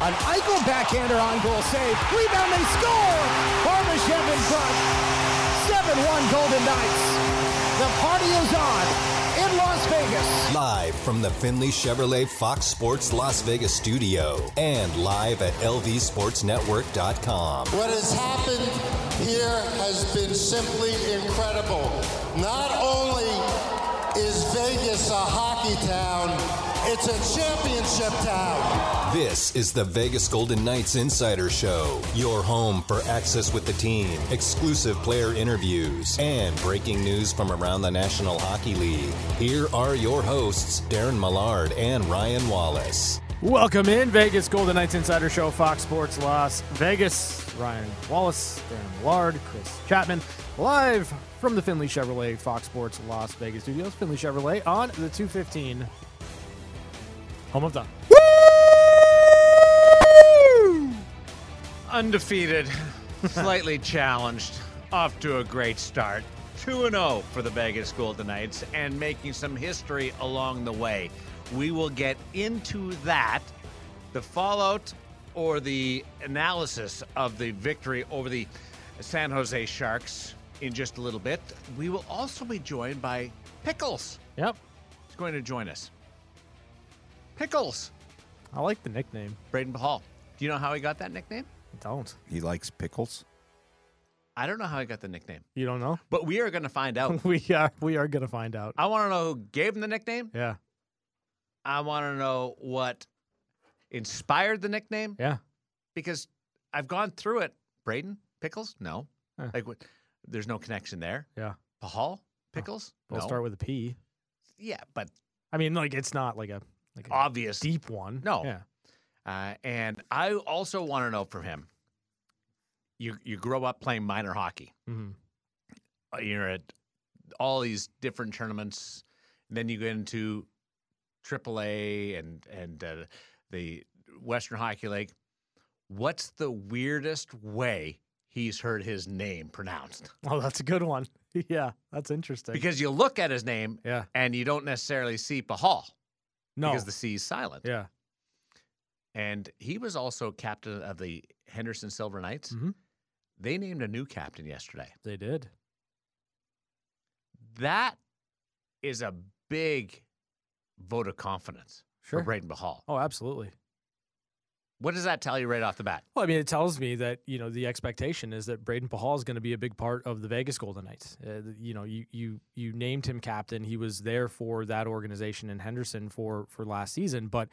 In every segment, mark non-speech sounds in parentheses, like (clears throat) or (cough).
An Eichel backhander on goal save. Rebound, they score! Barbashev in front. 7-1 Golden Knights. The party is on in Las Vegas. Live from the Finley Chevrolet Fox Sports Las Vegas studio and live at lvsportsnetwork.com. What has happened here has been simply incredible. Not only is Vegas a hockey town, it's a championship town. This is the Vegas Golden Knights Insider Show, your home for access with the team, exclusive player interviews, and breaking news from around the National Hockey League. Here are your hosts, Darren Millard and Ryan Wallace. Welcome in, Vegas Golden Knights Insider Show, Fox Sports Las Vegas. Ryan Wallace, Darren Millard, Chris Chapman, live from the Finley Chevrolet Fox Sports Las Vegas studios. Finley Chevrolet on the 215. Home of the undefeated, (laughs) slightly challenged, off to a great start. 2 0 for the Vegas Golden Knights and making some history along the way. We will get into that, the fallout or the analysis of the victory over the San Jose Sharks in just a little bit. We will also be joined by Pickles. Yep, He's going to join us. Pickles. I like the nickname. Braden Hall. Do you know how he got that nickname? I don't. He likes pickles. I don't know how he got the nickname, You don't know? (laughs) but we are going to find out. We are we are gonna find out. I want to know who gave him the nickname. Yeah, I want to know what inspired the nickname yeah. because I've gone through it. Braden Pickles? No. Huh. Like what? There's no connection there. Yeah. Pahal Pickles? We'll no. start with a P. yeah, but I mean, like it's not like a like a obvious. deep one. No. Yeah. Uh, and I also want to know from him. You you grow up playing minor hockey. hmm uh, you're at all these different tournaments. And then you get into AAA and and uh, the Western Hockey League. What's the weirdest way he's heard his name pronounced? Oh, that's a good one. (laughs) yeah, that's interesting. Because you look at his name yeah, and you don't necessarily see Pahal no. because the C is silent. yeah, And he was also captain of the Henderson Silver Knights. Mhm. They named a new captain yesterday. they did. That is a big vote of confidence Sure. for Braden Pahal. Oh, absolutely. What does that tell you right off the bat? Well, I mean, it tells me that you know the expectation is that Braden Pahal is going to be a big part of the Vegas Golden Knights. Uh, th- you know, you you you named him captain. He was there for that organization in Henderson for for last season, but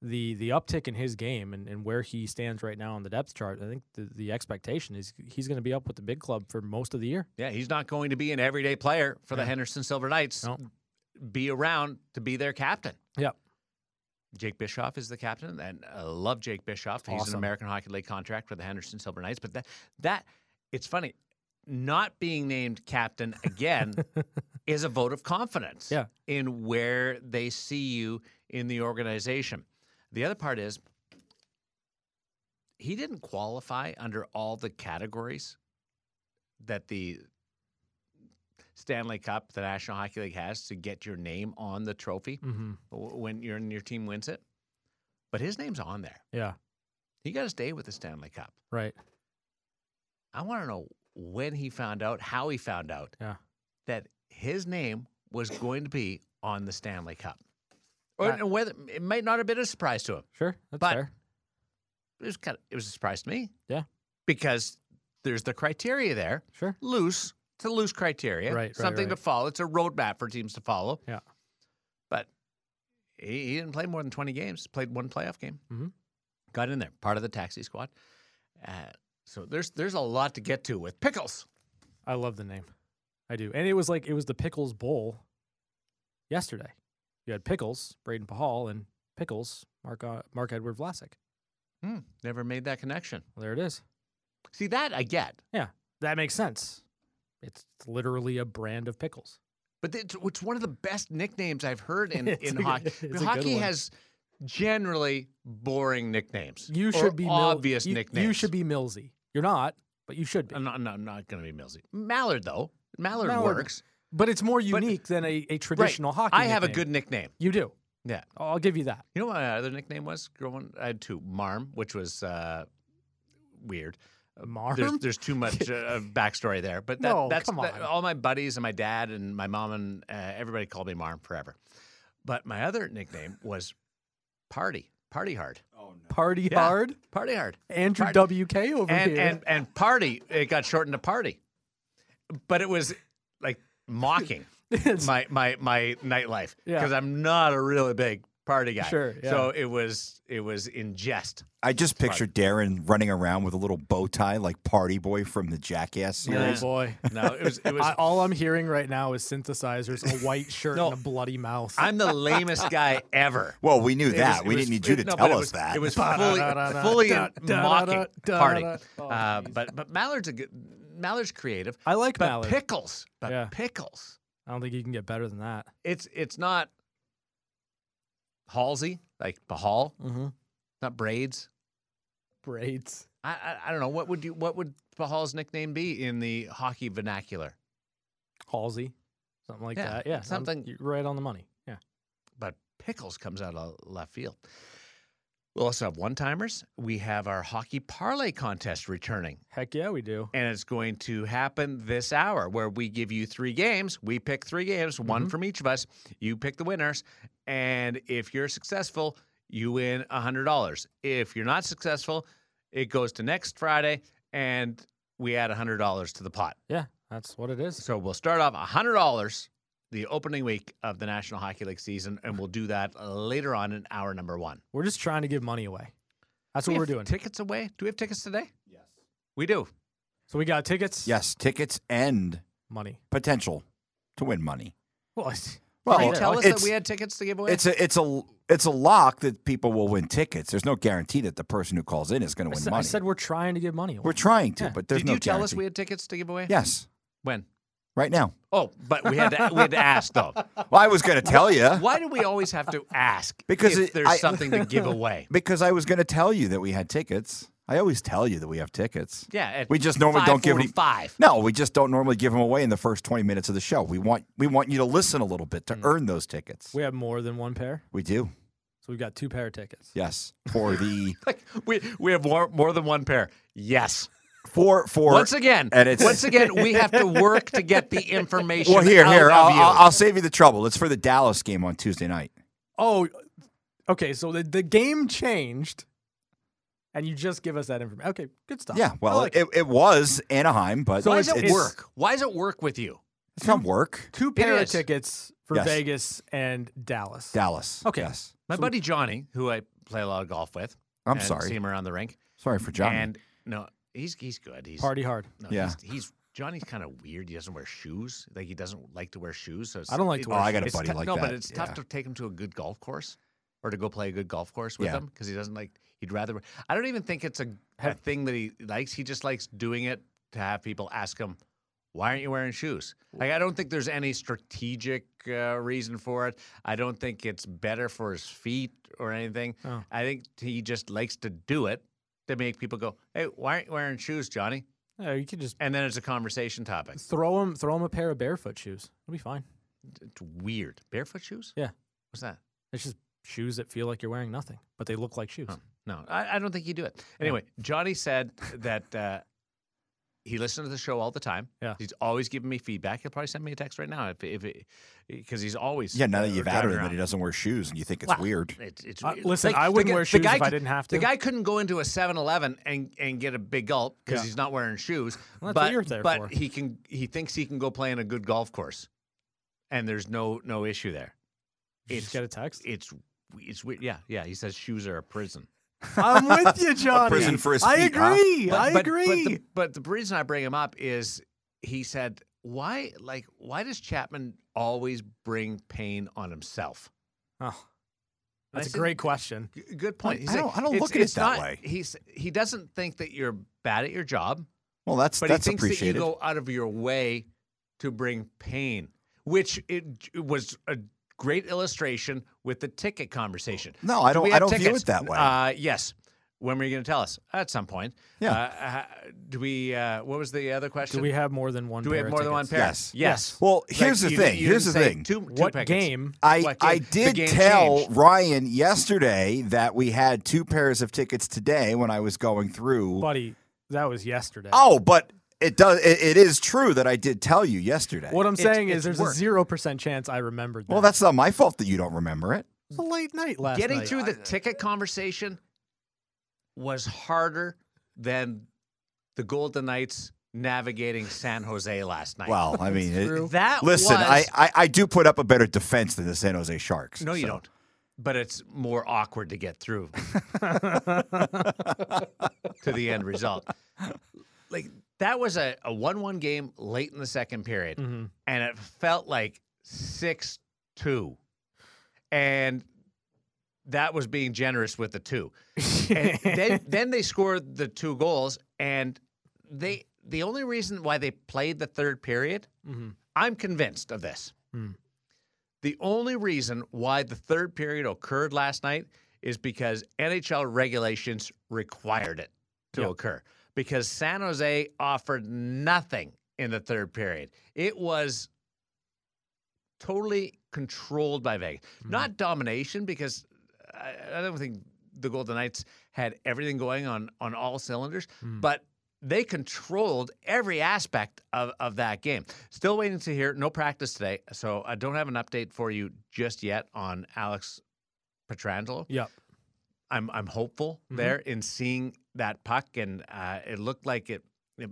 the the uptick in his game and, and where he stands right now on the depth chart, I think the, the expectation is he's going to be up with the big club for most of the year. Yeah, he's not going to be an everyday player for the Yeah. Henderson Silver Knights. No. Be around to be their captain. Yep. Jake Bischoff is the captain, and I love Jake Bischoff. He's an Awesome. American Hockey League contract for the Henderson Silver Knights. But that that it's funny, not being named captain (laughs) again is a vote of confidence Yeah. in where they see you in the organization. The other part is he didn't qualify under all the categories that the Stanley Cup, the National Hockey League has to get your name on the trophy Mm-hmm. w- when your your team wins it. But his name's on there. Yeah. He got to stay with the Stanley Cup. Right. I want to know when he found out, how he found out Yeah. that his name was going to be on the Stanley Cup, or Uh, and whether it might not have been a surprise to him. Sure. That's But- fair. It was kind of, it was a surprise to me. Yeah. because there's the criteria there, Sure. loose it's a loose criteria, Right, right, Something right. to follow. It's a roadmap for teams to follow. Yeah. but he, he didn't play more than twenty games. Played one playoff game. Mhm. Got in there, part of the taxi squad. Uh, so there's there's a lot to get to with pickles. I love the name. I do. And it was like it was the Pickles Bowl yesterday. You had Pickles, Braden Pahal, and Pickles, Mark uh, Mark Edward Vlasic. Hmm, never made that connection. Well, there it is. See that I get, Yeah, that makes sense. It's literally a brand of pickles. but it's, it's one of the best nicknames I've heard (laughs) in It's in a hockey. good- it's a hockey good one. has generally boring nicknames. You or should be Mil- obvious you- nicknames. Um, You should be Millsy. You're not, but you should be. I'm not, no, I'm not going to be Millsy. Mallard though, Mallard, Mallard, works. But it's more unique than a, a traditional right. hockey. I have a nickname. good nickname. You do. Yeah. I'll give you that. You know what my other nickname was growing? I had two. Marm, which was uh, weird. Marm? There's, there's too much (laughs) uh, of backstory there, but that, No, that's come that- on. all my buddies and my dad and my mom and uh, everybody called me Marm forever. But my other nickname was Party, Party Hard, Party Yeah, hard. Party Hard, Andrew Party- WK over and here. and and Party. It got shortened to Party, but it was like (laughs) mocking It's- my my my nightlife Yeah. because I'm not a really big party guy. Sure, So it was it was in jest. I just pictured Darren running around with a little bow tie like Party Boy from the Jackass oh uh, series. boy. No, it was (laughs) it was. I, all I'm hearing right now is synthesizers, a white shirt, No. and a bloody mouth. I'm the lamest guy ever. Well, we knew It that. was- it we was- didn't need you it- to no, but tell it us was- that. It (laughs) was fully, fully Da, da, mocking da, da, party. da. Oh, Uh, but but Mallard's a good, Mallard's creative. I like but Mallard. pickles. But Yeah. pickles. I don't think you can get better than that. It's it's not Halsey like Bahal, Mm-hmm. not braids. Braids. I, I I don't know what would you what would Bahal's nickname be in the hockey vernacular. Halsey. Something like Yeah, that. Yeah. sounds- something- you're right on the money. Yeah. but pickles comes out of left field. We'll also have one timers. We have our hockey parlay contest returning, Heck yeah, we do. and it's going to happen this hour where we give you three games. We pick three games, one Mm-hmm. from each of us. You pick the winners, and if you're successful, you win $100. If you're not successful, it goes to next Friday, and we add $100 to the pot. Yeah. That's what it is. So we'll start off $100 the opening week of the National Hockey League season, and we'll do that later on in hour number one. We're just trying to give money away. That's We what we're have doing. Tickets away. Do we have tickets today? Yes. We do. so we got tickets. yes, tickets and Money. potential to win money. Oh, Well, Can you Well, tell us that it's, we had tickets to give away? it's a it's a it's a lock that people will win tickets. There's no guarantee that the person who calls in is going to I, win said, I money. said we're trying to give money away. We're trying to, Yeah. but there's Did no you tell us guarantee. we had tickets to give away? Yes, When? right now. Oh, but we had to, we had to ask though. Well, I was going to tell you (laughs) Why do we always have to ask? Because if it- there's I- (laughs) something to give away. because I was going to tell you that we had tickets. I always tell you that we have tickets. Yeah. at We just normally don't give any- 5:45. No, we just don't normally give them away in the first 20 minutes of the show. We want we want you to listen a little bit to earn those tickets. We have more than one pair. We do. So we've got two pair of tickets. Yes. For the Like, we we have more, more than one pair. Yes. for for once again, and it's once again, we have to work to get (laughs) the information. Well, here out here of I'll, you. I'll, I'll save you the trouble. It's for the Dallas game on Tuesday night. Oh, okay. So the, the game changed, and you just give us that information. Okay, good stuff. Yeah, well, I like it, it was Anaheim, but So Why it's, does it it's- work? Why does it work with you? It's not work. two It pair of is. tickets for Yes. Vegas and Dallas. Dallas. Okay. Yes. My buddy Johnny, who I play a lot of golf with. I'm and sorry. See him around the rink. Sorry for Johnny. And no, he's he's good. He's Party hard. no, Yeah. He's, he's Johnny's kind of weird. He doesn't wear shoes. Like he doesn't like to wear shoes. So it's, I don't like to it- wear Oh, I got a it's buddy tou- like no, that. but it's tough Yeah. to take him to a good golf course or to go play a good golf course with Yeah. him because he doesn't like. He'd rather. I don't even think it's a, a thing that he likes. He just likes doing it to have people ask him, "Why aren't you wearing shoes?" Like I don't think there's any strategic uh, reason for it. I don't think it's better for his feet or anything. Oh. I think he just likes to do it to make people go, "Hey, why aren't you wearing shoes, Johnny?" Yeah, Uh, you could just And then it's a conversation topic. throw him throw him a pair of barefoot shoes. It'll be fine. It's weird. Barefoot shoes? Yeah. What's that? It's just shoes that feel like you're wearing nothing, but they look like shoes. Huh. No, I, I don't think you do it. Anyway, Johnny said that uh, he listened to the show all the time. Yeah. He's always giving me feedback. He'll probably send me a text right now if if because he's always yeah, now that uh, you've driving added him around. and he doesn't wear shoes and you think it's Well, weird. It's, it's Uh, weird. listen, I the wouldn't gu- wear the shoes guy if I could- didn't have The to. guy couldn't go into a 7-Eleven and, and get a big gulp because Yeah. he's not wearing shoes. Well, that's what but you're there but for. he can he thinks he can go play in a good golf course, and there's no no issue there. Did you just It's- get a text. It's it's weird. Yeah, yeah. He says shoes are a prison. I'm with you, Johnny. prison for his feet, huh? agree. But- but- But the, but the reason I bring him up is he said, "Why, like, why does Chapman always bring pain on himself?" Oh, And I that's a said, great question. "G- Good point. I He's like, don't- I don't "It's- look at it it's that not- way." He's he doesn't think that you're bad at your job, Well, that's but that's he thinks that you appreciated. go out of your way to bring pain, which it, it was a great illustration with the ticket conversation. No, I Do don't- we I have don't view tickets? it that way. Uh, yes, When were you going to tell us? At some point. Yeah. Uh, h- do we? Uh, what was the other question? Do we have more than one? Do we have pair of more than one tickets? pair? Yes. Yes. Well, here's the you- thing. you Here's didn't the say thing. Two, two What packets. game? I, What game? I The did game tell changed. Ryan yesterday that we had two pairs of tickets today when I was going Oh. through. buddy. That was yesterday. oh, but it does. It, it is true that I did tell you yesterday. what I'm it's- saying it's is, there's work. a zero percent chance I remembered. That. well, that's not my fault that you don't remember it. It was a late night last Getting night. through the ticket conversation was harder than the Golden Knights navigating San Jose last night. (laughs) Well, I mean, it- that listen, was, I, I I do put up a better defense than the San Jose Sharks. no, you so. don't. But it's more awkward to get through to the end result. Like that was a, a one-one game late in the second period, Mhm. and it felt like six-two, and that was being generous with the two. And then, then they scored the two goals, and they the only reason why they played the third period, Mhm. I'm convinced of this. Hmm. The only reason why the third period occurred last night is because NHL regulations required it to Yep. occur. Because San Jose offered nothing in the third period. It was totally controlled by Vegas. Not domination, because I, I don't think the Golden Knights had everything going on on all cylinders, but they controlled every aspect of, of that game. Still waiting to hear. No practice today, so I don't have an update for you just yet on Alex Petrangelo. Yep. I'm I'm hopeful Mm-hmm. there in seeing that puck, and uh, it looked like it, it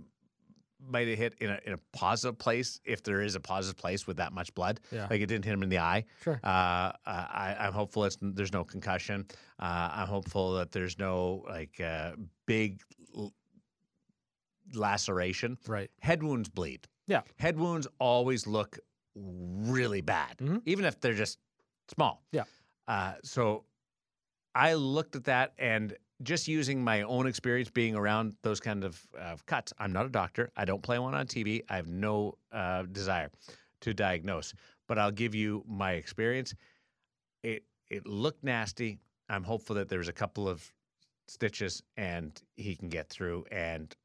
might have hit in a, in a positive place if there is a positive place with that much blood. Yeah. Like it didn't hit him in the eye. Sure. Uh, uh, I, I'm hopeful it's, there's no concussion. Uh, I'm hopeful that there's no like uh, big l- laceration. Right. Head wounds bleed. Yeah. Head wounds always look really bad, Mhm. even if they're just small. Yeah. Uh, so I looked at that and just using my own experience being around those kind of uh, cuts, I'm not a doctor. I don't play one on TV. I have no uh, desire to diagnose, but I'll give you my experience. It it looked nasty. I'm hopeful that there's a couple of stitches and he can get through and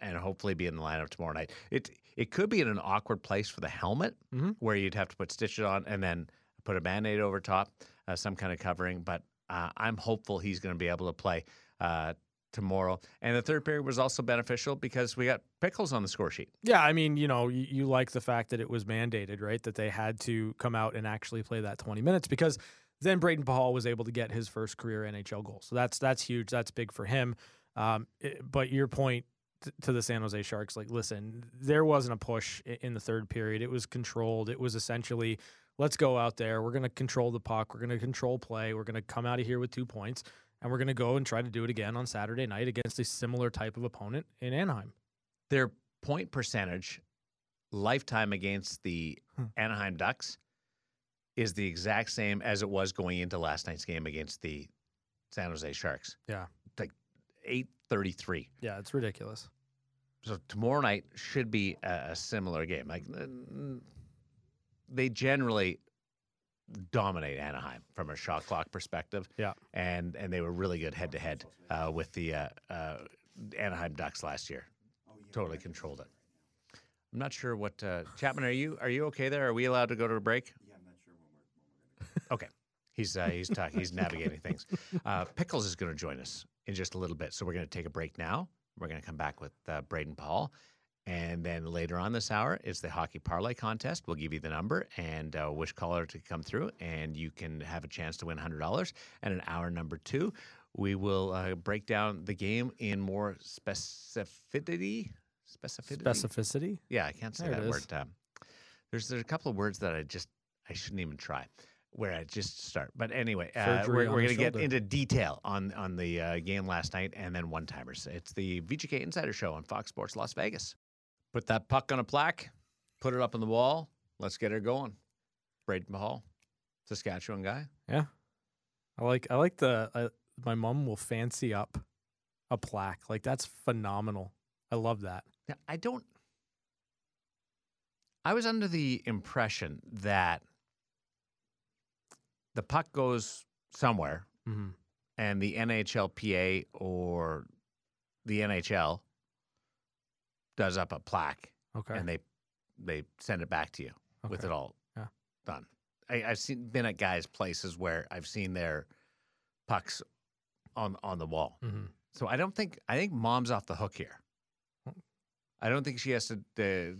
and hopefully be in the lineup tomorrow night. It it could be in an awkward place for the helmet Mhm. where you'd have to put stitches on and then put a band-aid over top, uh, some kind of covering. But uh, I'm hopeful he's going to be able to play uh, tomorrow. And the third period was also beneficial because we got pickles on the score sheet. Yeah, I mean, you know, you, you like the fact that it was mandated, right? That they had to come out and actually play that 20 minutes because then Braden Pahal was able to get his first career NHL goal. So that's that's huge. That's big for him. Um, it- but your point t- to the San Jose Sharks, like, listen, there wasn't a push i- in the third period. It was controlled. It was essentially, let's go out there. We're going to control the puck. We're going to control play. We're going to come out of here with two points. And we're going to go and try to do it again on Saturday night against a similar type of opponent in Anaheim. Their point percentage lifetime against the Hmm. Anaheim Ducks is the exact same as it was going into last night's game against the San Jose Sharks. Yeah. Like 833. Yeah, it's ridiculous. so tomorrow night should be a, a similar game. Like n- they generally dominate Anaheim from a shot clock perspective. Yeah. and and they were really good head to head with the uh, uh, Anaheim Ducks last year. Totally controlled it. I'm not sure what uh, Chapman. Are you are you okay there? Are we allowed to go to a break? Yeah, I'm not sure when we're. (laughs) okay. He's uh, he's talking. He's navigating things. Uh, Pickles is going to join us in just a little bit, so we're going to take a break now. We're going to come back with uh, Braden Paul, and then later on this hour it's the hockey parlay contest. We'll give you the number and uh, wish caller to come through, and you can have a chance to win hundred dollars. And in hour number two, we will uh, break down the game in more specificity. Specificity. Specificity. Yeah, I can't say There it that is. word. Um, there's there's a couple of words that I just I shouldn't even try, where I just start. But anyway, uh, Surgery we're, on we're the gonna get shoulder. into detail on on the uh, game last night and then one timers. It's the VGK Insider Show on Fox Sports Las Vegas. Put that puck on a plaque, put it up on the wall. Let's get her going. Braden Mahal, Saskatchewan guy. Yeah, I like I like the uh, my mom will fancy up a plaque like that's phenomenal. I love that. Now, I don't. I was under the impression that the puck goes somewhere Mm-hmm. and the NHLPA or the NHL does up a plaque Okay. and they they send it back to you with Okay. it all Yeah. done. I, I've seen been at guys' places where I've seen their pucks on on the wall. Mhm. So I don't think I think mom's off the hook here. Hmm. I don't think she has to, uh,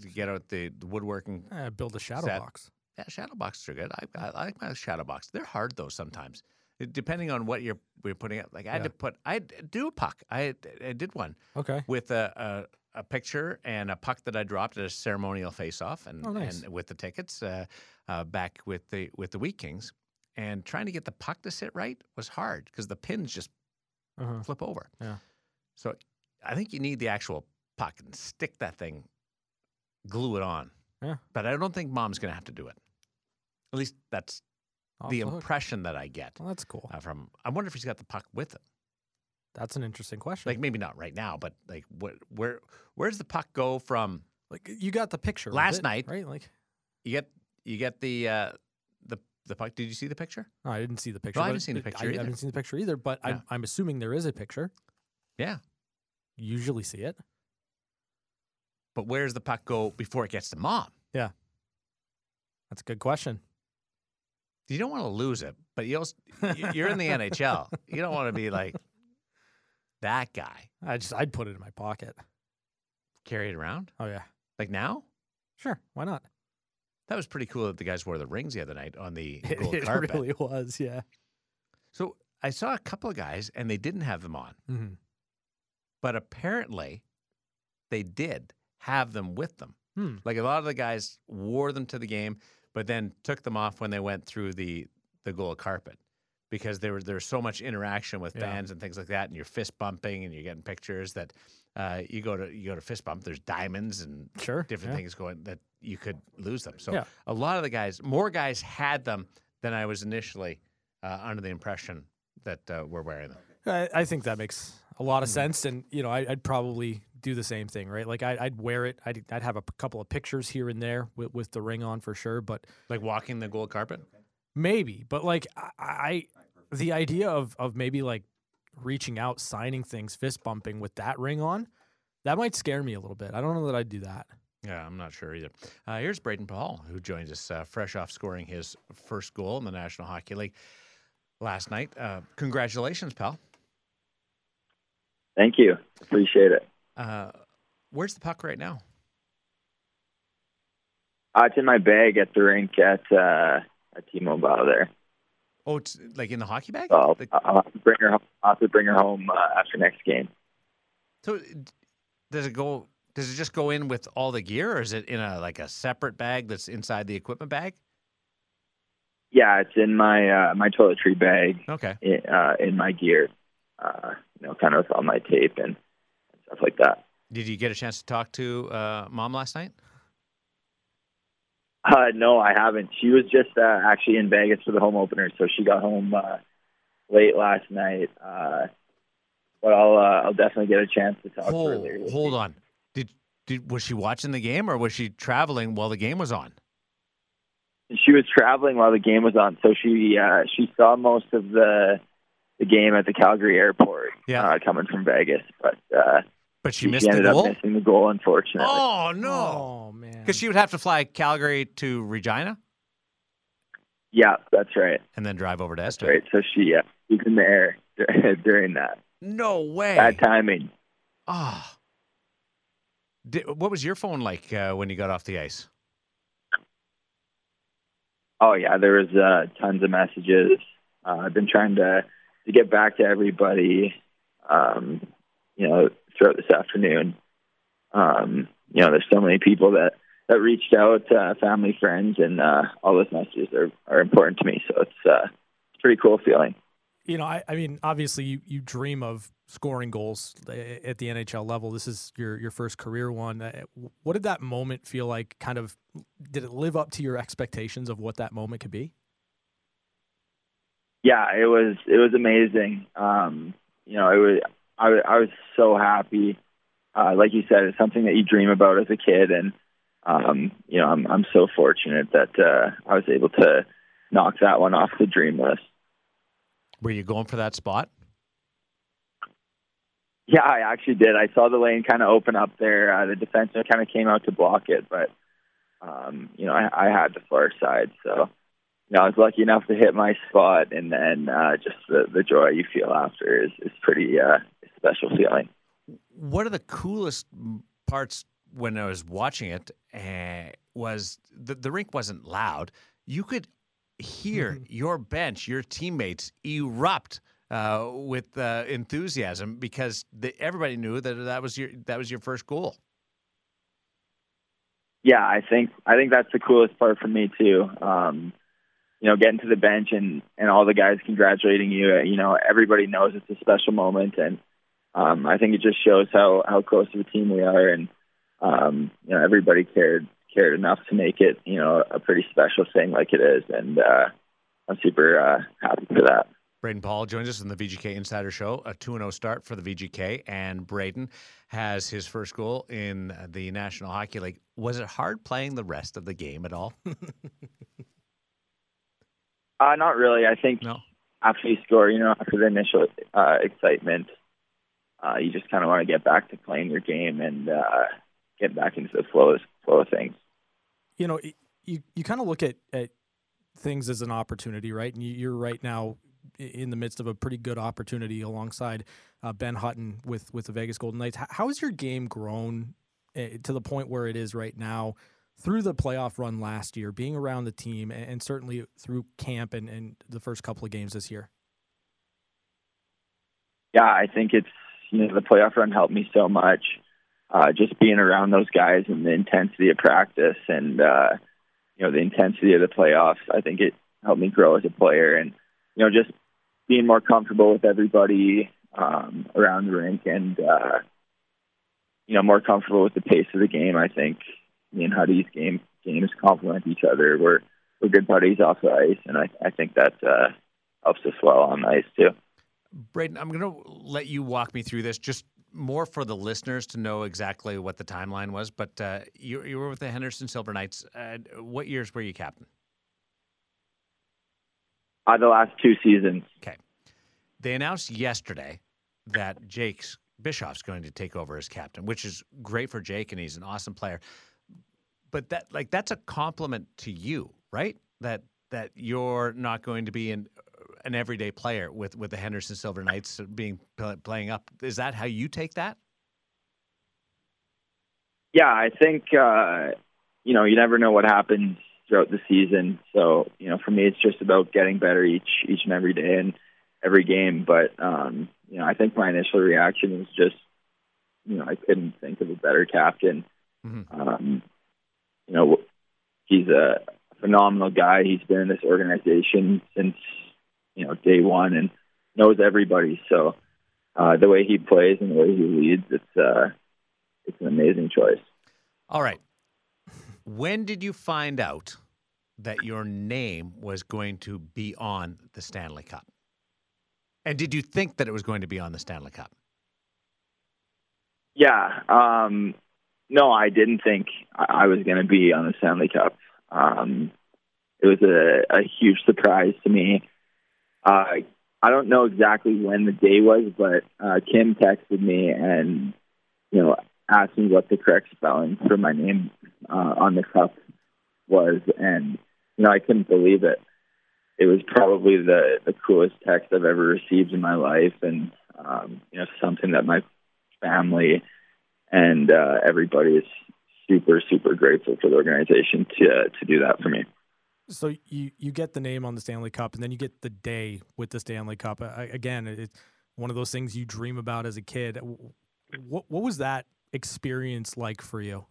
to get out the, the woodworking. Eh, build a shadow Set. box. Yeah, shadow boxes are good. I, I, I like my shadow box. They're hard though sometimes, It- depending on what you're we're putting out. Like I had Yeah. to put I had to do a puck. I, had- I did one Okay. with a, a, a picture and a puck that I dropped at a ceremonial face-off, and, Oh, nice. and with the tickets uh, uh, back with the with the Wheat Kings, and trying to get the puck to sit right was hard because the pins just Uh-huh. flip over. Yeah. So I think you need the actual puck and stick that thing, glue it on. Yeah. But I don't think mom's going to have to do it. At least that's Off the hook. impression that I get Well, that's cool. uh, from. I wonder if he's got the puck with him. That's an interesting question. Like maybe not right now, but like what, where where does the puck go from? Like you got the picture of Last it, night- right? Like You get you get the uh, the the puck. Did you see the picture? no, I didn't see the picture. I but haven't seen the it- picture I, either. haven't seen the picture either. But I'm, Yeah. I'm assuming there is a picture. Yeah. Usually see it. But where does the puck go before it gets to mom? That's a good question. You don't want to lose it, but you also, you- you're in the NHL. You don't want to be like that guy. I just I'd put it in my pocket. Carry it around Oh yeah, like now. sure. Why not? That was pretty cool that the guys wore the rings the other night on the (laughs) It, gold it carpet. really was. Yeah. So I saw a couple of guys and they didn't have them on, Mhm. but apparently they did have them with them. Hmm. Like a lot of the guys wore them to the game, but then took them off when they went through the the gold carpet because there was there's so much interaction with Yeah. fans and things like that, and you're fist bumping and you're getting pictures that uh, you go to you go to fist bump. There's diamonds and Sure. different yeah. things going that you could lose them. So Yeah. a lot of the guys, more guys had them than I was initially uh, under the impression that uh, were wearing them. I, I think that makes a lot of sense, and you know, I, I'd probably do the same thing, right? Like I, I'd wear it. I'd, I'd have a p- couple of pictures here and there with, with the ring on for sure, but Like walking the gold carpet. maybe. But like I, I the idea of of maybe like reaching out, signing things, fist bumping with that ring on, that might scare me a little bit. I don't know that I'd do that. Yeah, I'm not sure either. Uh, here's Braden Paul, who joins us uh, fresh off scoring his first goal in the National Hockey League last night. Uh, congratulations, pal. Thank you. Appreciate it. Uh, where's the puck right now? Uh, it's in my bag at the rink at uh, at T-Mobile there. Oh, it's like in the hockey bag. So I'll, Like- I'll have to bring her. Home, I'll have to bring her home uh, after next game. So d- does it go? Does it just go in with all the gear, or is it in a like a separate bag that's inside the equipment bag? Yeah, it's in my uh, my toiletry bag Okay. i uh, in my gear. Uh, you know, kind of with all my tape and stuff like that. Did you get a chance to talk to uh, mom last night? Uh, no, I haven't. She was just uh, actually in Vegas for the home opener, so she got home uh, late last night. Uh, but I'll uh, I'll definitely get a chance to talk to her Hold, later. this hold on. Did, did was she watching the game or was she traveling while the game was on? she was traveling while the game was on, so she uh, she saw most of the the game at the Calgary airport. Yeah. uh, coming from Vegas, but uh, But she she, missed the ended goal. up missing the goal, unfortunately. Oh no! Oh man. Because she would have to fly Calgary to Regina Yeah, that's right. and then drive over to Esther. Right, so she uh, was in the air (laughs) during that No way. bad timing. Ah. Di- what was your phone like uh, when you got off the ice? Oh yeah, there was uh, tons of messages. Uh, I've been trying to to get back to everybody, um, you know, throughout this afternoon. Um, you know, there's so many people that that reached out, uh, family, friends, and uh, all those messages are are important to me. So it's uh, it's a pretty cool feeling. you know, I, I mean, obviously, you, you dream of scoring goals a- at the NHL level. This is your your first career one. Uh, What did that moment feel like? Kind of, did it live up to your expectations of what that moment could be? yeah, it was it was amazing. Um, you know, it was I, was- I was so happy. Uh, like you said, it's something that you dream about as a kid, and um, you know, I'm I'm so fortunate that uh, I was able to knock that one off the dream list. Were you going for that spot? Yeah, I actually did. I saw the lane kind of open up there. Uh, the defenseman kind of came out to block it, but um, you know, I, I had the far side, so you know, I was lucky enough to hit my spot, and then uh, just the, the joy you feel after is is pretty uh, special feeling. One of the coolest m- parts when I was watching it uh, was the, the rink wasn't loud. You could hear Mm-hmm. your bench, your teammates erupt uh, with uh, enthusiasm because the, everybody knew that that was your that was your first goal. yeah, I think I think that's the coolest part for me too. Um, you know, getting to the bench and and all the guys congratulating you. You know, everybody knows it's a special moment, and um, I think it just shows how how close of a team we are, and um, you know, everybody cared cared enough to make it you know a pretty special thing like it is, and uh, I'm super uh, happy for that. Braden Paul joins us on the VGK Insider Show, a 2 0 start for the VGK, and Braden has his first goal in the National Hockey League. Was it hard playing the rest of the game at all? Uh, not really. I think No. after you score, you know, after the initial uh, excitement, uh, you just kind of want to get back to playing your game and uh, get back into the flow, flow of things. you know, y- you you kind of look at at things as an opportunity, right? And you, you're right now i- in the midst of a pretty good opportunity alongside uh, Ben Hutton with with the Vegas Golden Knights. H- How has your game grown eh, to the point where it is right now? Through the playoff run last year, being around the team, a- and certainly through camp and, and the first couple of games this year. yeah, I think it's you know the playoff run helped me so much. Uh, just being around those guys and the intensity of practice and uh, you know the intensity of the playoffs, I think it helped me grow as a player and you know just being more comfortable with everybody um, around the rink and uh, you know more comfortable with the pace of the game. I think me and Huddy's game games complement each other. We're we're good buddies off the ice, and I, I think that uh, helps us well on the ice too. Braden, I'm going to let you walk me through this just more for the listeners to know exactly what the timeline was. But uh, you, you were with the Henderson Silver Knights. Uh, what years were you captain? Uh, the last two seasons. They announced yesterday that Jake's Bischoff's going to take over as captain, which is great for Jake, and he's an awesome player. But that, like, that's a compliment to you, right? That that you're not going to be an an everyday player with with the Henderson Silver Knights being playing up. Is that how you take that? yeah, I think uh, you know you never know what happens throughout the season. So you know, for me, it's just about getting better each each and every day and every game. But um, you know, I think my initial reaction was just you know I couldn't think of a better captain. Mhm. Um, you know, he's a phenomenal guy. He's been in this organization since you know day one and knows everybody. So uh, the way he plays and the way he leads, it's uh, it's an amazing choice. All right. When did you find out that your name was going to be on the Stanley Cup? And did you think that it was going to be on the Stanley Cup? Yeah. Um, no, I didn't think I I was going to be on the Stanley Cup. Um, it was a, a huge surprise to me. Uh, I don't know exactly when the day was, but uh, Kim texted me and you know asked me what the correct spelling for my name uh, on the cup was, and you know I couldn't believe it. It was probably the the coolest text I've ever received in my life, and um, you know something that my family and uh, everybody is super super grateful for the organization to uh, to do that for me. So you you get the name on the Stanley Cup, and then you get the day with the Stanley Cup. I, I- again, it- it's one of those things you dream about as a kid. W- What what was that experience like for you?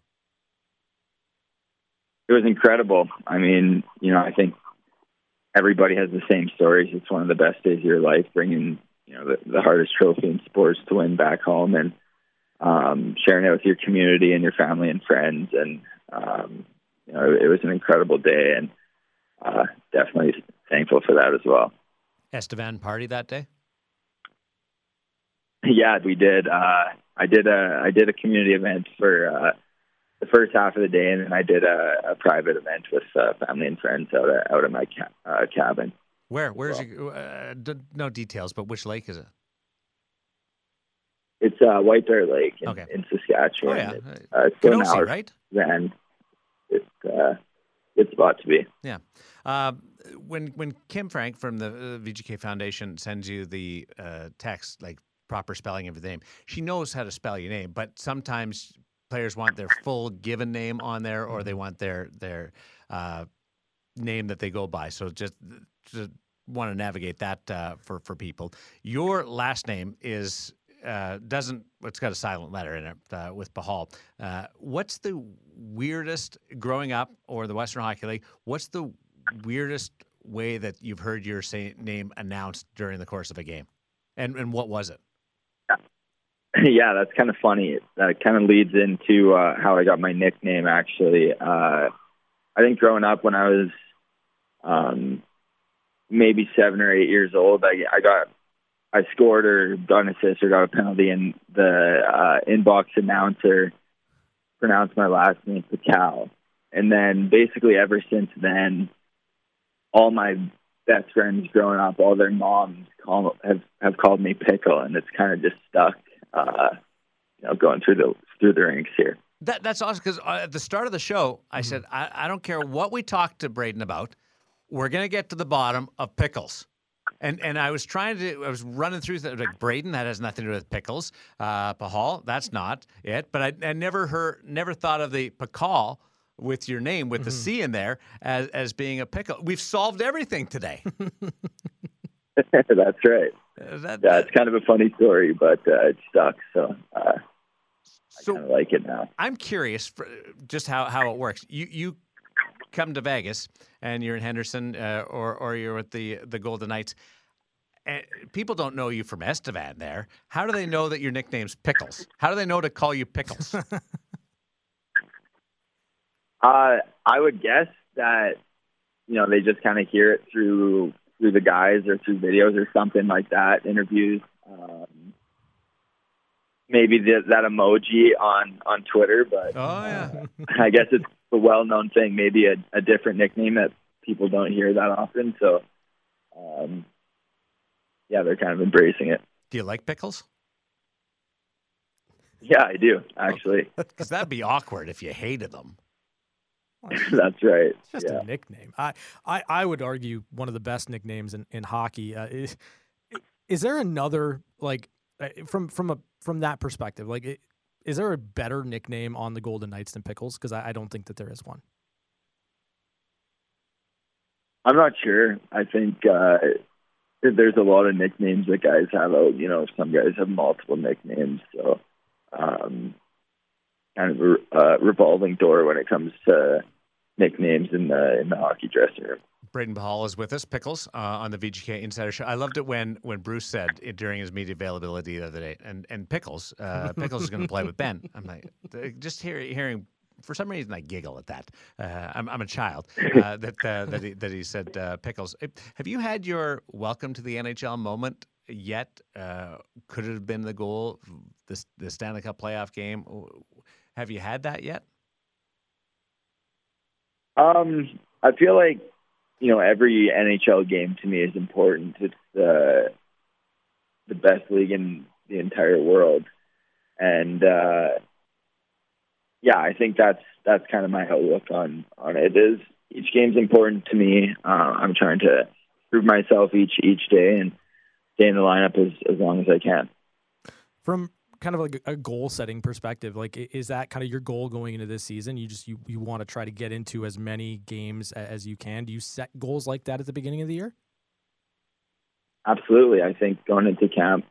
It was incredible. I mean, you know, I think everybody has the same stories. It's one of the best days of your life, bringing you know the, the hardest trophy in sports to win back home and um, sharing it with your community and your family and friends. And um, you know, it was an incredible day, and uh, definitely thankful for that as well. Estevan party that day? (laughs) Yeah, we did. Uh, I did a I did a community event for uh, the first half of the day, and then I did a, a private event with uh, family and friends out of, out of my ca- uh, cabin. Where? Where's your, uh, d- no details, but which lake is it? It's uh, White Bear Lake in, Okay. in Oh, Saskatchewan. yeah. It's, uh, it's still an Kenosha, hour right? then. It's uh, it's about to be. Yeah. Uh, when when Kim Frank from the uh, VGK Foundation sends you the uh, text, like proper spelling of your name, she knows how to spell your name. But sometimes players want their full given name on there, or they want their their uh, name that they go by. So just just want to navigate that uh, for for people. Your last name is. Uh, doesn't it's got a silent letter in it uh, with Bahal. Uh, what's the weirdest growing up or the Western Hockey League? What's the weirdest way that you've heard your say, name announced during the course of a game, and and what was it? (laughs) yeah, that's kind of funny. That kind of leads into uh, how I got my nickname. Actually, uh, I think growing up when I was um, maybe seven or eight years old, I, I got I scored or got an assist or got a penalty, and the uh, inbox announcer pronounced my last name Patel. And then basically ever since then, all my best friends growing up, all their moms call, have have called me Pickle, and it's kind of just stuck. Uh, you know, going through the through the ranks here. (laughs) That that's awesome because at the start of the show, I said I, I don't care what we talk to Braden about, we're gonna get to the bottom of pickles. And and I was trying to I was running through that like Braden that has nothing to do with pickles. Uh, Pahal that's not it. But I, I never heard never thought of the Pakal with your name with the C in there as as being a pickle. We've solved everything today. That's right. Uh, that- Yeah, it's kind of a funny story, but uh, it stuck, so uh, I so kinda like it now. I'm curious for just how, how it works. You you come to Vegas and you're in Henderson uh, or or you're with the the Golden Knights. And people don't know you from Estevan there. How do they know that your nickname's Pickles? How do they know to call you Pickles? Uh, I would guess that you know they just kind of hear it through through the guys or through videos or something like that, interviews. Um, maybe the, that emoji on on Twitter, but (laughs) oh yeah. (laughs) I guess it's a well known thing. Maybe a, a different nickname that people don't hear that often. So, um, yeah, they're kind of embracing it. Do you like pickles? Yeah, I do actually. Because that'd be awkward if you hated them. (laughs) That's right. It's just yeah. a nickname. I, I, I would argue one of the best nicknames in, in hockey. Uh, is, is there another like uh, from from a from that perspective? Like, i- is there a better nickname on the Golden Knights than Pickles? Because I, I don't think that there is one. I'm not sure. I think uh, there's a lot of nicknames that guys have out. You know, some guys have multiple nicknames, so um, kind of a uh, revolving door when it comes to nicknames in the in the hockey dressing room. Braden Bahal is with us, Pickles, uh, on the VGK Insider Show. I loved it when when Bruce said it during his media availability the other day, and and Pickles, uh, Pickles is going to play with Ben. I'm like, th- just hear, hearing. For some reason, I giggle at that. Uh, I'm, I'm a child. Uh, that uh, that, he, that he said uh, pickles. Eh, Have you had your welcome to the NHL moment yet? Uh, could it have been the goal, the the Stanley Cup playoff game? Have you had that yet? Um, I feel like you know every NHL game to me is important. It's the the best league in the entire world, and uh, yeah, I think that's that's kind of my outlook on on it. Is each game's important to me. Uh, I'm trying to prove myself each each day and stay in the lineup as as long as I can. From kind of like a goal setting perspective, like i- is that kind of your goal going into this season? You just you, you want to try to get into as many games a- as you can. Do you set goals like that at the beginning of the year? Absolutely. I think going into camp,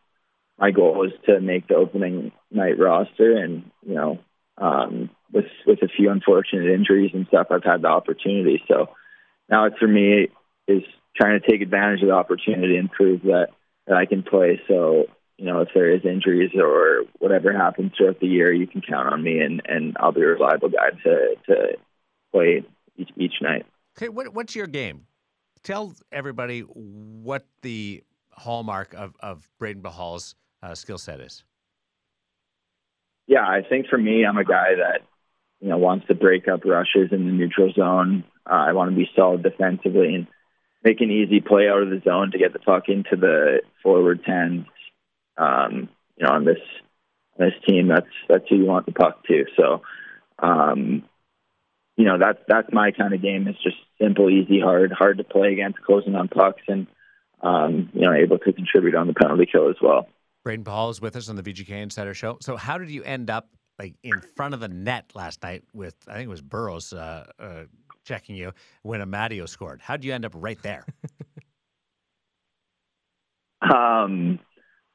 my goal was to make the opening night roster, and you know, um, with with a few unfortunate injuries and stuff, I've had the opportunity. So now it's for me is trying to take advantage of the opportunity and prove that that I can play. So you know, if there is injuries or whatever happens throughout the year, you can count on me, and and I'll be a reliable guy to to play each each night. Okay, what, what's your game? Tell everybody what the hallmark of, of Braden Bahal's uh, skill set is. yeah, I think for me, I'm a guy that you know wants to break up rushes in the neutral zone. Uh, I want to be solid defensively and make an easy play out of the zone to get the puck into the forward ten. Um, you know, on this this team, that's that's who you want the puck to. So, um, you know, that that's my kind of game. It's just simple, easy, hard, hard to play against, closing on pucks, and um, you know, able to contribute on the penalty kill as well. Braden Paul is with us on the VGK Insider Show. So, how did you end up like in front of the net last night with I think it was Burrows uh, uh, checking you when Amadio scored? How did you end up right (laughs) there? Um,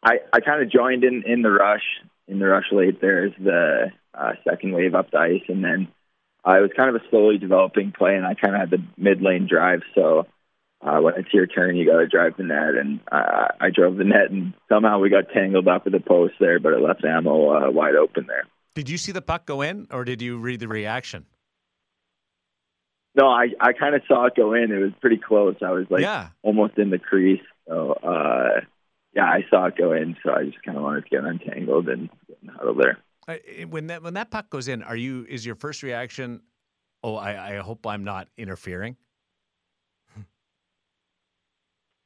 I I kind of joined in in the rush in the rush late. There's the uh, second wave up the ice, and then uh, it was kind of a slowly developing play, and I kind of had the mid lane drive. So uh, when it's your turn, you got to drive the net, and uh, I drove the net, and somehow we got tangled up with the post there, but it left Ammo uh, wide open there. Did you see the puck go in, or did you read the reaction? No, I I kind of saw it go in. It was pretty close. I was like yeah, almost in the crease. So uh, yeah, I saw it go in. So I just kind of wanted to get untangled and get out of there. Uh, it- when that when that puck goes in, are you is your first reaction? Oh, I, I hope I'm not interfering.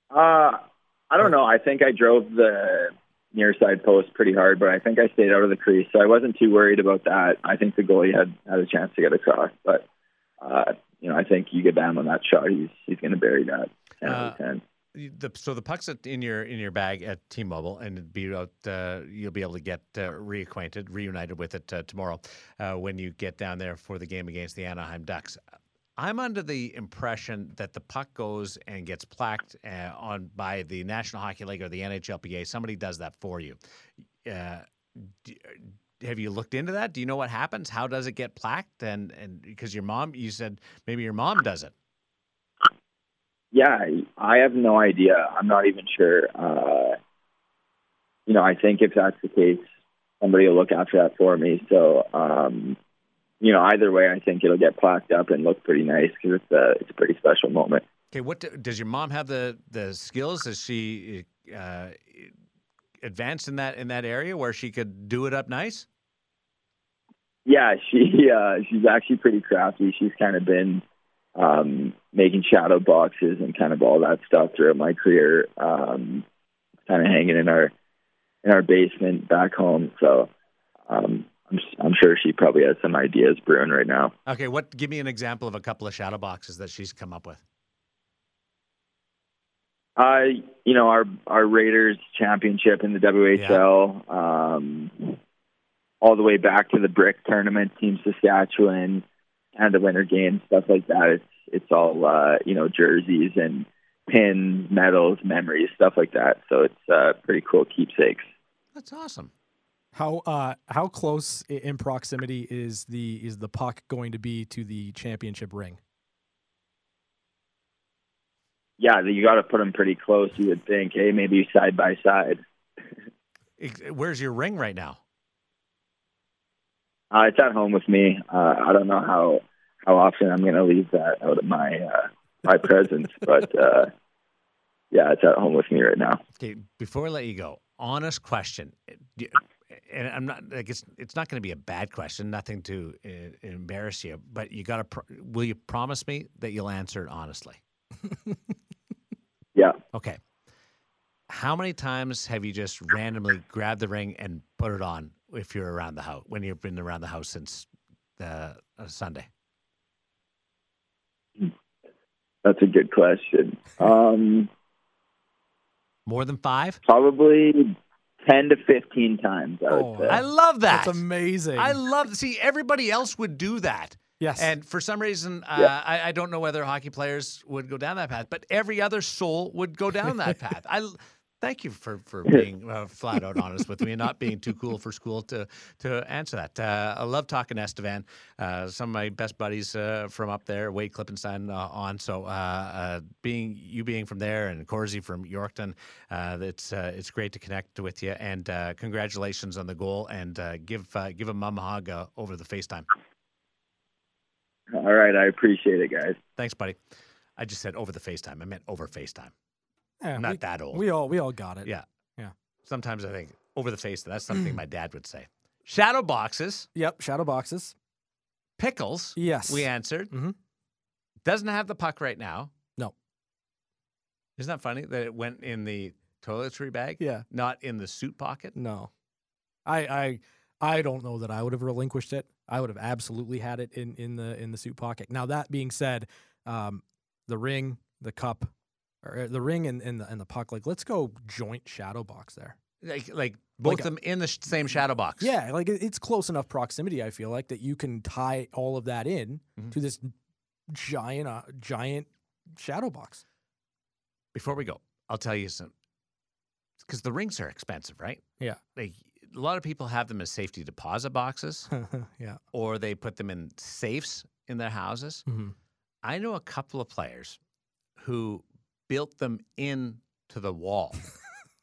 Uh, I don't know. I think I drove the near side post pretty hard, but I think I stayed out of the crease, so I wasn't too worried about that. I think the goalie had had a chance to get across, but uh, you know, I think you get down on that shot, he's he's going to bury that. 10 out of 10. You- The, so the puck's at- in your in your bag at T-Mobile, and it'd be out. Uh, you'll be able to get uh, reacquainted, reunited with it uh, tomorrow uh, when you get down there for the game against the Anaheim Ducks. I'm under the impression that the puck goes and gets placked uh, on by the National Hockey League or the NHLPA. Somebody does that for you. Uh, d have you looked into that? Do you know what happens? How does it get placked? And and because your mom, you said maybe your mom does it. Yeah, I have no idea. I'm not even sure. Uh, you know, I think if that's the case, somebody will look after that for me. So, um, you know, either way, I think it'll get placked up and look pretty nice because it's a it's a pretty special moment. Okay, what do, does your mom have the the skills? Is she uh, advanced in that in that area where she could do it up nice? Yeah, she (laughs) uh, she's actually pretty crafty. She's kind of been um, making shadow boxes and kind of all that stuff throughout my career. Um, kind of hanging in our in our basement back home. So um, I'm s- I'm sure she probably has some ideas brewing right now. Okay, what? Give me an example of a couple of shadow boxes that she's come up with. Uh, you know our our Raiders championship in the WHL, um, all the way back to the Brick tournament, Team Saskatchewan, and the Winter Games, stuff like that. It's it's all uh, you know jerseys and pins, medals, memories, stuff like that. So it's uh, pretty cool keepsakes. That's awesome. How uh how close i- in proximity is the is the puck going to be to the championship ring? Yeah, you got to put them pretty close. You would think, hey, maybe side by side. Ex- Where's your ring right now? Uh, it's at home with me. Uh, I don't know how how often I'm going to leave that out of my uh, my presence, (laughs) but uh, yeah, it's at home with me right now. Okay, before I let you go, honest question. Uh, do- And I'm not like it's it's not going to be a bad question. Nothing to uh, embarrass you, but you got to. Pro- will you promise me that you'll answer it honestly? Yeah, Okay. How many times have you just randomly grabbed the ring and put it on if you're around the house when you've been around the house since the uh, Sunday? that's a good question. Um, More than five? probably ten to fifteen times. I would Oh, say. I love that. That's amazing. I love. See, everybody else would do that. yes. And for some reason, uh, Yeah. I, I don't know whether hockey players would go down that path, but every other soul would go down that path. I l- thank you for for being uh, flat out honest with me and not being too cool for school to to answer that. Uh, I love talking to Estevan. Uh, some of my best buddies uh, from up there, Wade Klippenstein uh, on. So uh, uh, being you being from there and Corsi from Yorkton, uh, it's uh, it's great to connect with you. And uh, congratulations on the goal. And uh, give uh, give a mum a hug uh, over the FaceTime. All right, I appreciate it, guys. Thanks, buddy. I just said over the FaceTime. I meant over FaceTime. Yeah, I'm not we, that old. we all we all got it. Yeah. Yeah. Sometimes I think over the face. (clears throat) That's something my dad would say. Shadow boxes, Yep. Shadow boxes. pickles. Yes. We answered. Mhm. Doesn't have the puck right now. No. Isn't that funny that it went in the toiletry bag, Yeah. not in the suit pocket? No. I I I don't know that I would have relinquished it. I would have absolutely had it in in the in the suit pocket. Now that being said, um, the ring, the cup, or uh, the ring and, and the and the puck. Like let's go joint shadow box there. Like, like both Like of a- them in the sh- same shadow box. Yeah, like it- it's close enough proximity. I feel like that you can tie all of that in Mhm. to this giant uh, giant shadow box. Before we go, I'll tell you some because the rings are expensive, right? Yeah. (laughs) Like a lot of people have them as safety deposit boxes, yeah. or they put them in safes in their houses. Mhm. I know a couple of players who built them into the wall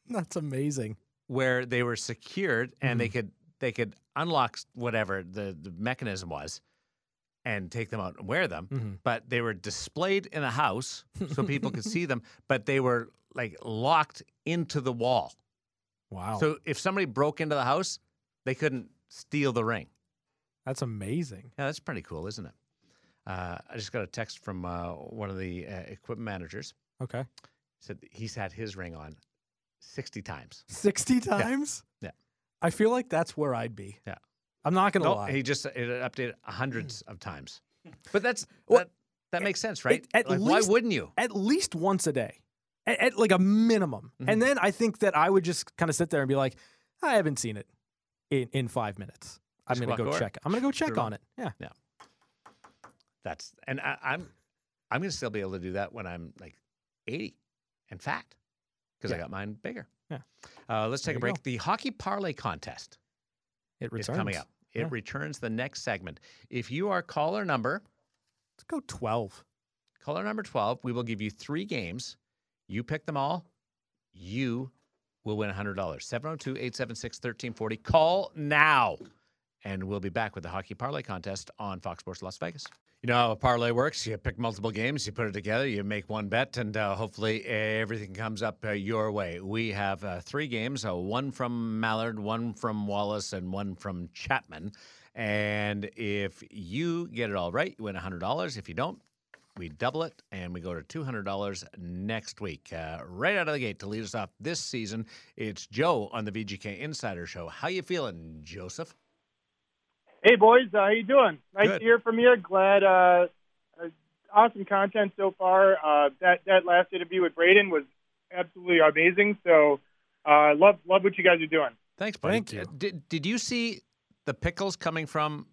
That's amazing. where they were secured and they could they could unlock s- whatever the, the mechanism was and take them out and wear them. Mhm. But they were displayed in a house so people could see them, but they were like locked into the wall. Wow. So if somebody broke into the house, they couldn't steal the ring. That's amazing. Yeah, that's pretty cool, isn't it? Uh, I just got a text from uh, one of the uh, equipment managers. Okay. said that he's had his ring on 60 times. 60 times? Yeah. I feel like that's where I'd be. Yeah. I'm not going to No, lie. he just it updated hundreds (laughs) of times. But that's Well, that, that makes sense, right? at Like, least- why wouldn't you? At least once a day, at, at like a minimum. Mm-hmm. And then I think that I would just kind of sit there and be like, I haven't seen it in, in five minutes. I'm Just going to walk go over. check. I'm going to go Sure check will. on it. Yeah. That's and I, I'm I'm gonna still be able to do that when I'm like 80 and fat because I Yeah. got mine bigger. Yeah. Uh, let's There take you a break. The hockey parlay contest It returns. is coming up. It Yeah. returns the next segment. If you are caller number Let's go 12. caller number 12, we will give you three games. You pick them all, you will win $100. 702 876 1340. Call now. And we'll be back with the Hockey Parlay Contest on Fox Sports Las Vegas. You know how a parlay works. You pick multiple games, you put it together, you make one bet, and uh, hopefully everything comes up uh, your way. We have uh, three games uh, one from Mallard, one from Wallace, and one from Chapman. And if you get it all right, you win $100. If you don't, we double it and we go to $200 next week. Uh, right out of the gate to lead us off this season, it's Joe on the VGK Insider Show. How you feeling, Joseph? Hey boys, uh, how you doing? Nice Good. to hear from you. Glad, uh, uh, awesome content so far. Uh, that that last interview with Braden was absolutely amazing. So, uh, love love what you guys are doing. Thanks, buddy. Thank you. Uh, Did, did you see the pickles coming from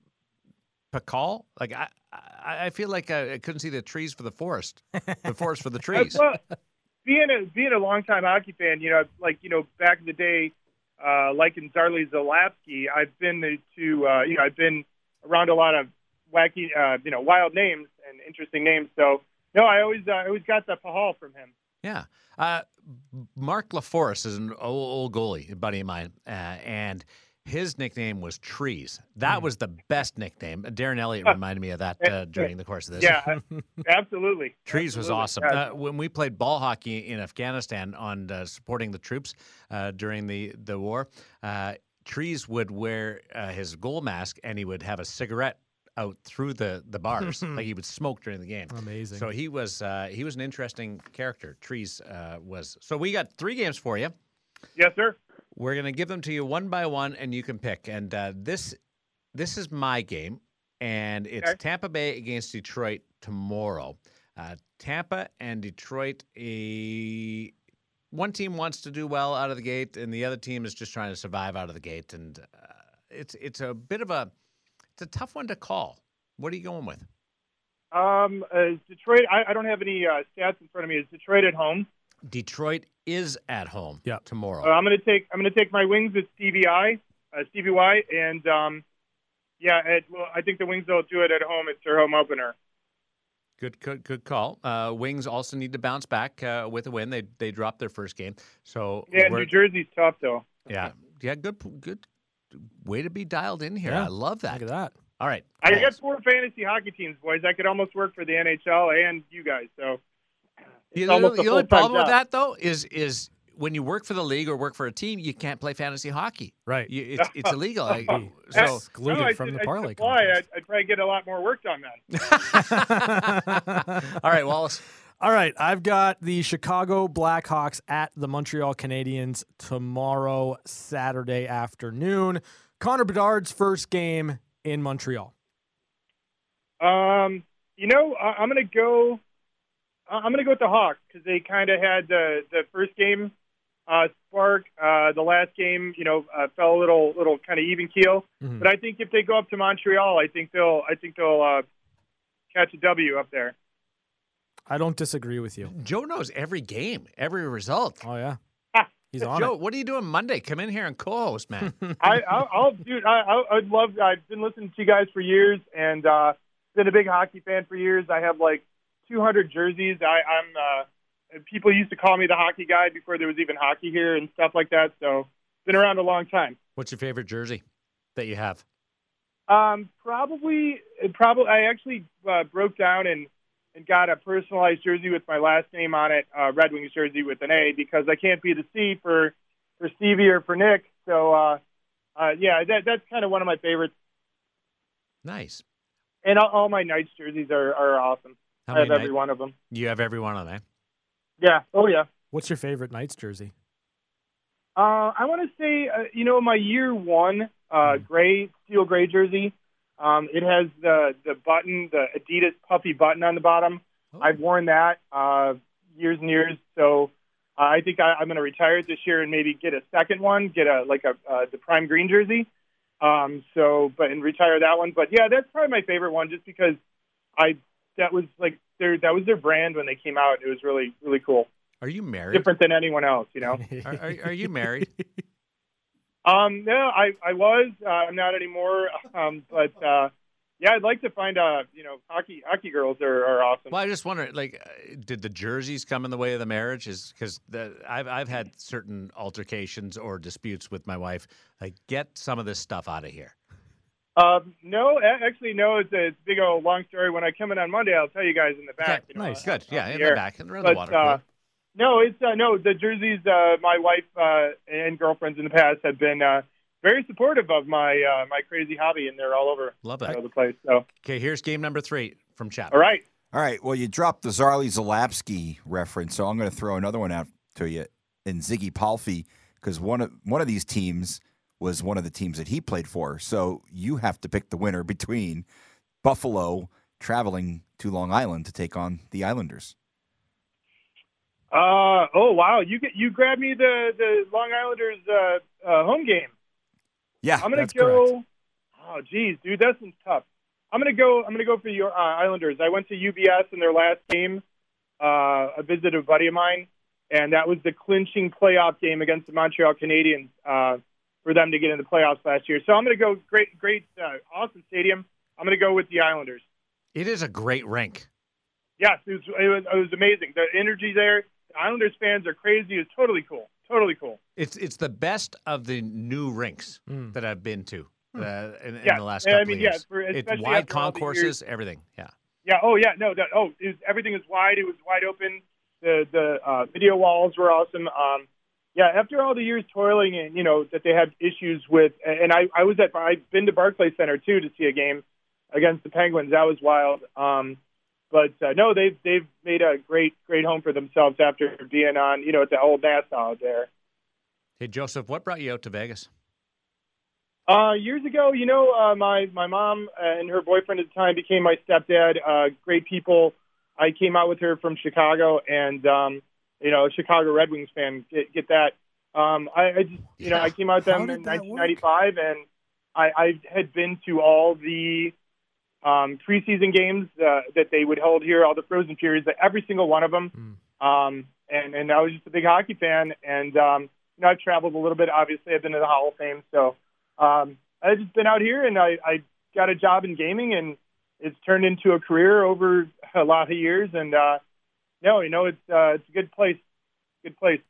Pakal? Like, I, I, I feel like uh, I, I couldn't see the trees for the forest, the forest (laughs) for the trees. Uh, Well, being a being a longtime hockey fan, you know, like you know, back in the day, uh, like in Zarly Zalapsky, I've been to uh, you know, I've been around a lot of wacky, uh, you know, wild names and interesting names. So, no, I always uh, I always got the pahal from him. Yeah. Uh, Mark LaForest is an old, old goalie, a buddy of mine, uh, and his nickname was Trees. That was the best nickname. Darren Elliott reminded me of that uh, during the course of this. Yeah, (laughs) absolutely. Trees was Absolutely. awesome. Yeah. Uh, when we played ball hockey in Afghanistan on uh, supporting the troops uh, during the the war, uh, Trees would wear uh, his goal mask and he would have a cigarette out through the the (laughs) bars, like he would smoke during the game. Amazing. So he was uh, he was an interesting character. Trees uh, was. So we got three games for you. Yes, sir. We're gonna give them to you one by one, and you can pick. And uh, this this is my game, and it's Okay. Tampa Bay against Detroit tomorrow. Uh, Tampa and Detroit. A one team wants to do well out of the gate, and the other team is just trying to survive out of the gate. And uh, it's it's a bit of a it's a tough one to call. What are you going with? Um, uh, Detroit. I, I don't have any uh, stats in front of me. Is Detroit at home? Detroit is at home Yeah. tomorrow. Uh, I'm gonna take. I'm gonna take my wings with Stevie I, uh, Stevie Y, and um, yeah. It, well, I think the wings will do it at home. It's their home opener. Good, good, good call. Uh, Wings also need to bounce back uh, with a win. They they dropped their first game, so Yeah, we're- New Jersey's tough though. yeah, yeah. Good, good way to be dialed in here. Yeah. I love that. Look at that. All right, I calls. got four fantasy hockey teams, boys. I could almost work for the NHL and you guys. So You it's know- almost a the only full-time problem with job. that though is is when you work for the league or work for a team, you can't play fantasy hockey. Right. You, (laughs) it's it's illegal. Like, so excluded No, I from should- the I should parlay. apply. contest. I'd, I'd probably get a lot more work done then. (laughs) all right, Wallace. All right, I've got the Chicago Blackhawks at the Montreal Canadiens tomorrow, Saturday afternoon. Connor Bedard's first game in Montreal. Um, you know, I, I'm going to go. I- I'm going to go with the Hawks because they kind of had the the first game uh, spark. Uh, the last game, you know, uh, fell a little little kind of even keel. Mhm. But I think if they go up to Montreal, I think they'll I think they'll uh, catch a W up there. I don't disagree with you. Joe knows every game, every result. Oh yeah, he's on Joe, it. what are you doing Monday? Come in here and co-host, (laughs) man. I, I'll, I'll dude, I, I, I'd love. I've been listening to you guys for years, and uh, been a big hockey fan for years. I have like 200 jerseys. I, I'm. Uh, people used to call me the hockey guy before there was even hockey here and stuff like that. So been around a long time. What's your favorite jersey that you have? Um, probably, probably. I actually uh, broke down and and got a personalized jersey with my last name on it, uh, Red Wings jersey with an A, because I can't be the C for for Stevie or for Nick. So uh, uh, yeah, that that's kind of one of my favorites. Nice. And all, all my Knights jerseys are, are awesome. How I have many every night- one of them. You have every one of them. eh? Yeah. Oh, yeah. What's your favorite Knights jersey? Uh, I want to say, uh, you know, my year one uh, gray, steel gray jersey, um, it has the, the button, the Adidas puffy button on the bottom. Oh. I've worn that uh, years and years. So uh, I think I, I'm going to retire it this year and maybe get a second one, get a like a uh, the prime green jersey. Um, so, but and retire that one. But yeah, that's probably my favorite one, just because I that was like their that was their brand when they came out. It was really really cool, Are you married? different than anyone else, you know. Are, are, are you (laughs) married? Um, no, I, I was. Uh, I'm not anymore. (laughs) Um, but uh, yeah, I'd like to find uh, you know, hockey hockey girls are, are awesome. Well, I just wonder, like, uh, did the jerseys come in the way of the marriage? Is because I've I've had certain altercations or disputes with my wife. Like, get some of this stuff out of here. Um, no, a- actually, no. It's a, it's a big old long story. When I come in on Monday, I'll tell you guys in the back. Okay, you know, nice, uh, good, yeah, on in air. the back and around the But water. uh, cool. no, it's uh, no. The jerseys. Uh, my wife uh, and girlfriends in the past have been uh, very supportive of my uh, my crazy hobby, and they're all over Love all it. over the place. So, Okay, here's game number three from Chapman. all right. All right. Well, you dropped the Zarly Zalapski reference, so I'm going to throw another one out to you in Ziggy Palfy because one of one of these teams was one of the teams that he played for. So you have to pick the winner between Buffalo traveling to Long Island to take on the Islanders. Uh, oh wow, you get you grabbed me the the Long Islanders uh, uh, home game. Yeah, I'm gonna that's go. correct. Oh, geez, dude, that one's tough. I'm gonna go. I'm gonna go for your uh, Islanders. I went to UBS in their last game. Uh, I visited a buddy of mine, and that was the clinching playoff game against the Montreal Canadiens uh, for them to get in the playoffs last year. So I'm gonna go. Great, great, uh, awesome stadium. I'm gonna go with the Islanders. It is a great rink. Yes, it was, it was, it was amazing. The energy there. The Islanders fans are crazy. It's totally cool. Totally cool. It's it's the best of the new rinks Mm. that I've been to uh, in, in Hmm. Yeah, the last and I couple mean, of yeah, years. for- it's especially wide after all the years- concourses, everything. Yeah. Yeah. Oh, yeah. No. That, oh, it was, everything is wide. It was wide open. The the uh, video walls were awesome. Um, yeah. After all the years toiling and you know that they had issues with, and I I was at I've been to Barclays Center too to see a game against the Penguins. That was wild. Um, but uh, no, they've they've made a great great home for themselves after being on you know at the old Nassau there. Hey Joseph, what brought you out to Vegas? Uh, years ago, you know, uh, my my mom and her boyfriend at the time became my stepdad. Uh, great people. I came out with her from Chicago, and um, you know, a Chicago Red Wings fan. Get, get that. Um, I, I just, you know, I came out with How them did in that work? 1995, and I, I had been to all the um, preseason games uh, that they would hold here, all the Frozen periods, every single one of them. Um, and and I was just a big hockey fan, and um, you know, I've traveled a little bit. Obviously, I've been to the Hall of Fame, so um, I've just been out here, and I, I got a job in gaming, and it's turned into a career over a lot of years. And uh, no, you know, it's uh, it's a good place, good place,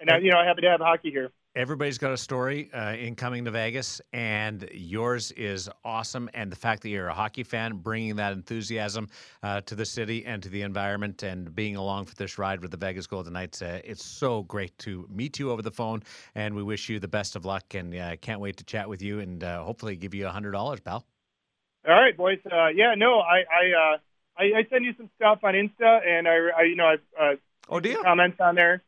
and I, you know, I'm happy to have hockey here. Everybody's got a story uh, in coming to Vegas, and yours is awesome. And the fact that you're a hockey fan, bringing that enthusiasm uh, to the city and to the environment, and being along for this ride with the Vegas Golden Knights, uh, it's so great to meet you over the phone. And we wish you the best of luck, and uh, can't wait to chat with you, and uh, hopefully give you a hundred dollars, pal. All right, boys. Uh, yeah, no, I, I uh, I, I send you some stuff on Insta, and I, I you know, I uh, Oh, do you? comments on there.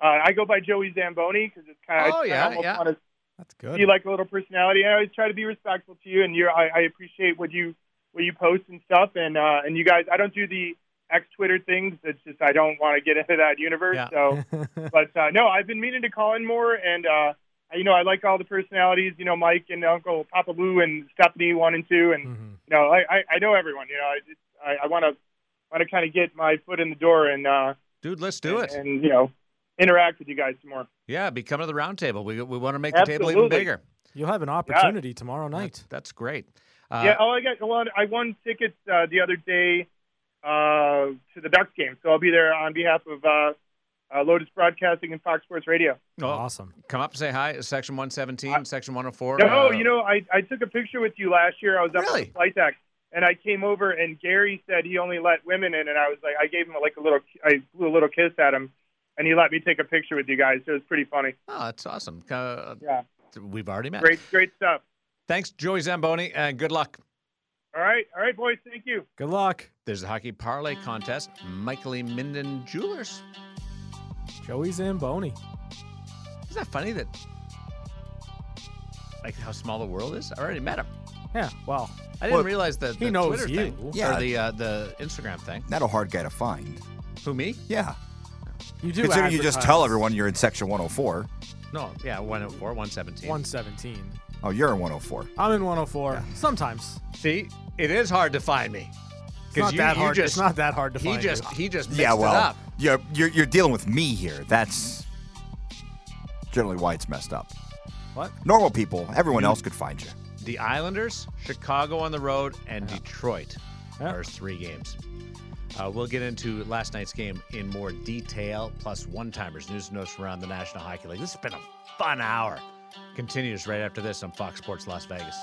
Uh, I go by Joey Zamboni because it's kind of Oh, yeah, yeah. want to That's good. see like a little personality. I always try to be respectful to you, and you, I, I appreciate what you what you post and stuff, and uh, and you guys. I don't do the X Twitter things. It's just I don't want to get into that universe. (laughs) So, but uh, no, I've been meaning to call in more, and uh, I- you know, I like all the personalities. You know, Mike and Uncle Papa Lou and Stephanie one and two, and Mhm. you know, I, I, I know everyone. You know, I just, I, I want to want to kind of get my foot in the door and uh, Dude, let's do and, it. and you know interact with you guys some more. Yeah, be coming to the round table. We, we want to make the table even Absolutely. bigger. You'll have an opportunity tomorrow night. That's great. Uh, yeah, oh, I got well, I won tickets uh, the other day uh, to the Ducks game, so I'll be there on behalf of uh, uh, Lotus Broadcasting and Fox Sports Radio. oh, Awesome. Come up, say hi. Section 117, Section 104. No, uh, you know, I, I took a picture with you last year. I was up Really? at the flight deck, and I came over, and Gary said he only let women in, and I was like, I gave him like a little, I blew a little kiss at him, and he let me take a picture with you guys. It was pretty funny. Oh, that's awesome. Uh, Yeah, We've already met. great, great stuff. Thanks, Joey Zamboni, and good luck. All right, all right, boys, thank you. Good luck. There's a hockey parlay contest. Michaelie Minden Jewelers. Joey Zamboni. Isn't that funny that, like, how small the world is? I already met him. Yeah, well, I didn't Well, realize the, the he knows Twitter you. thing Yeah. or the uh, the Instagram thing. Not a hard guy to find. Who me? Yeah. you do Considering you just advertise. tell everyone you're in section 104. No, yeah, 104, 117. 117. Oh, you're in 104. I'm in 104. Sometimes. See, it is hard to find me. It's not, you- that you hard. just- it's not that hard to He find. just you. he just mixed yeah, it well, up. you're, you're you're dealing with me here. That's generally why it's messed up. What? Normal people, everyone else could find you. The Islanders, Chicago on the road, and Detroit Yeah. are three games. Uh, we'll get into last night's game in more detail, plus one timers, news and notes around the National Hockey League. This has been a fun hour. Continues right after this on Fox Sports Las Vegas.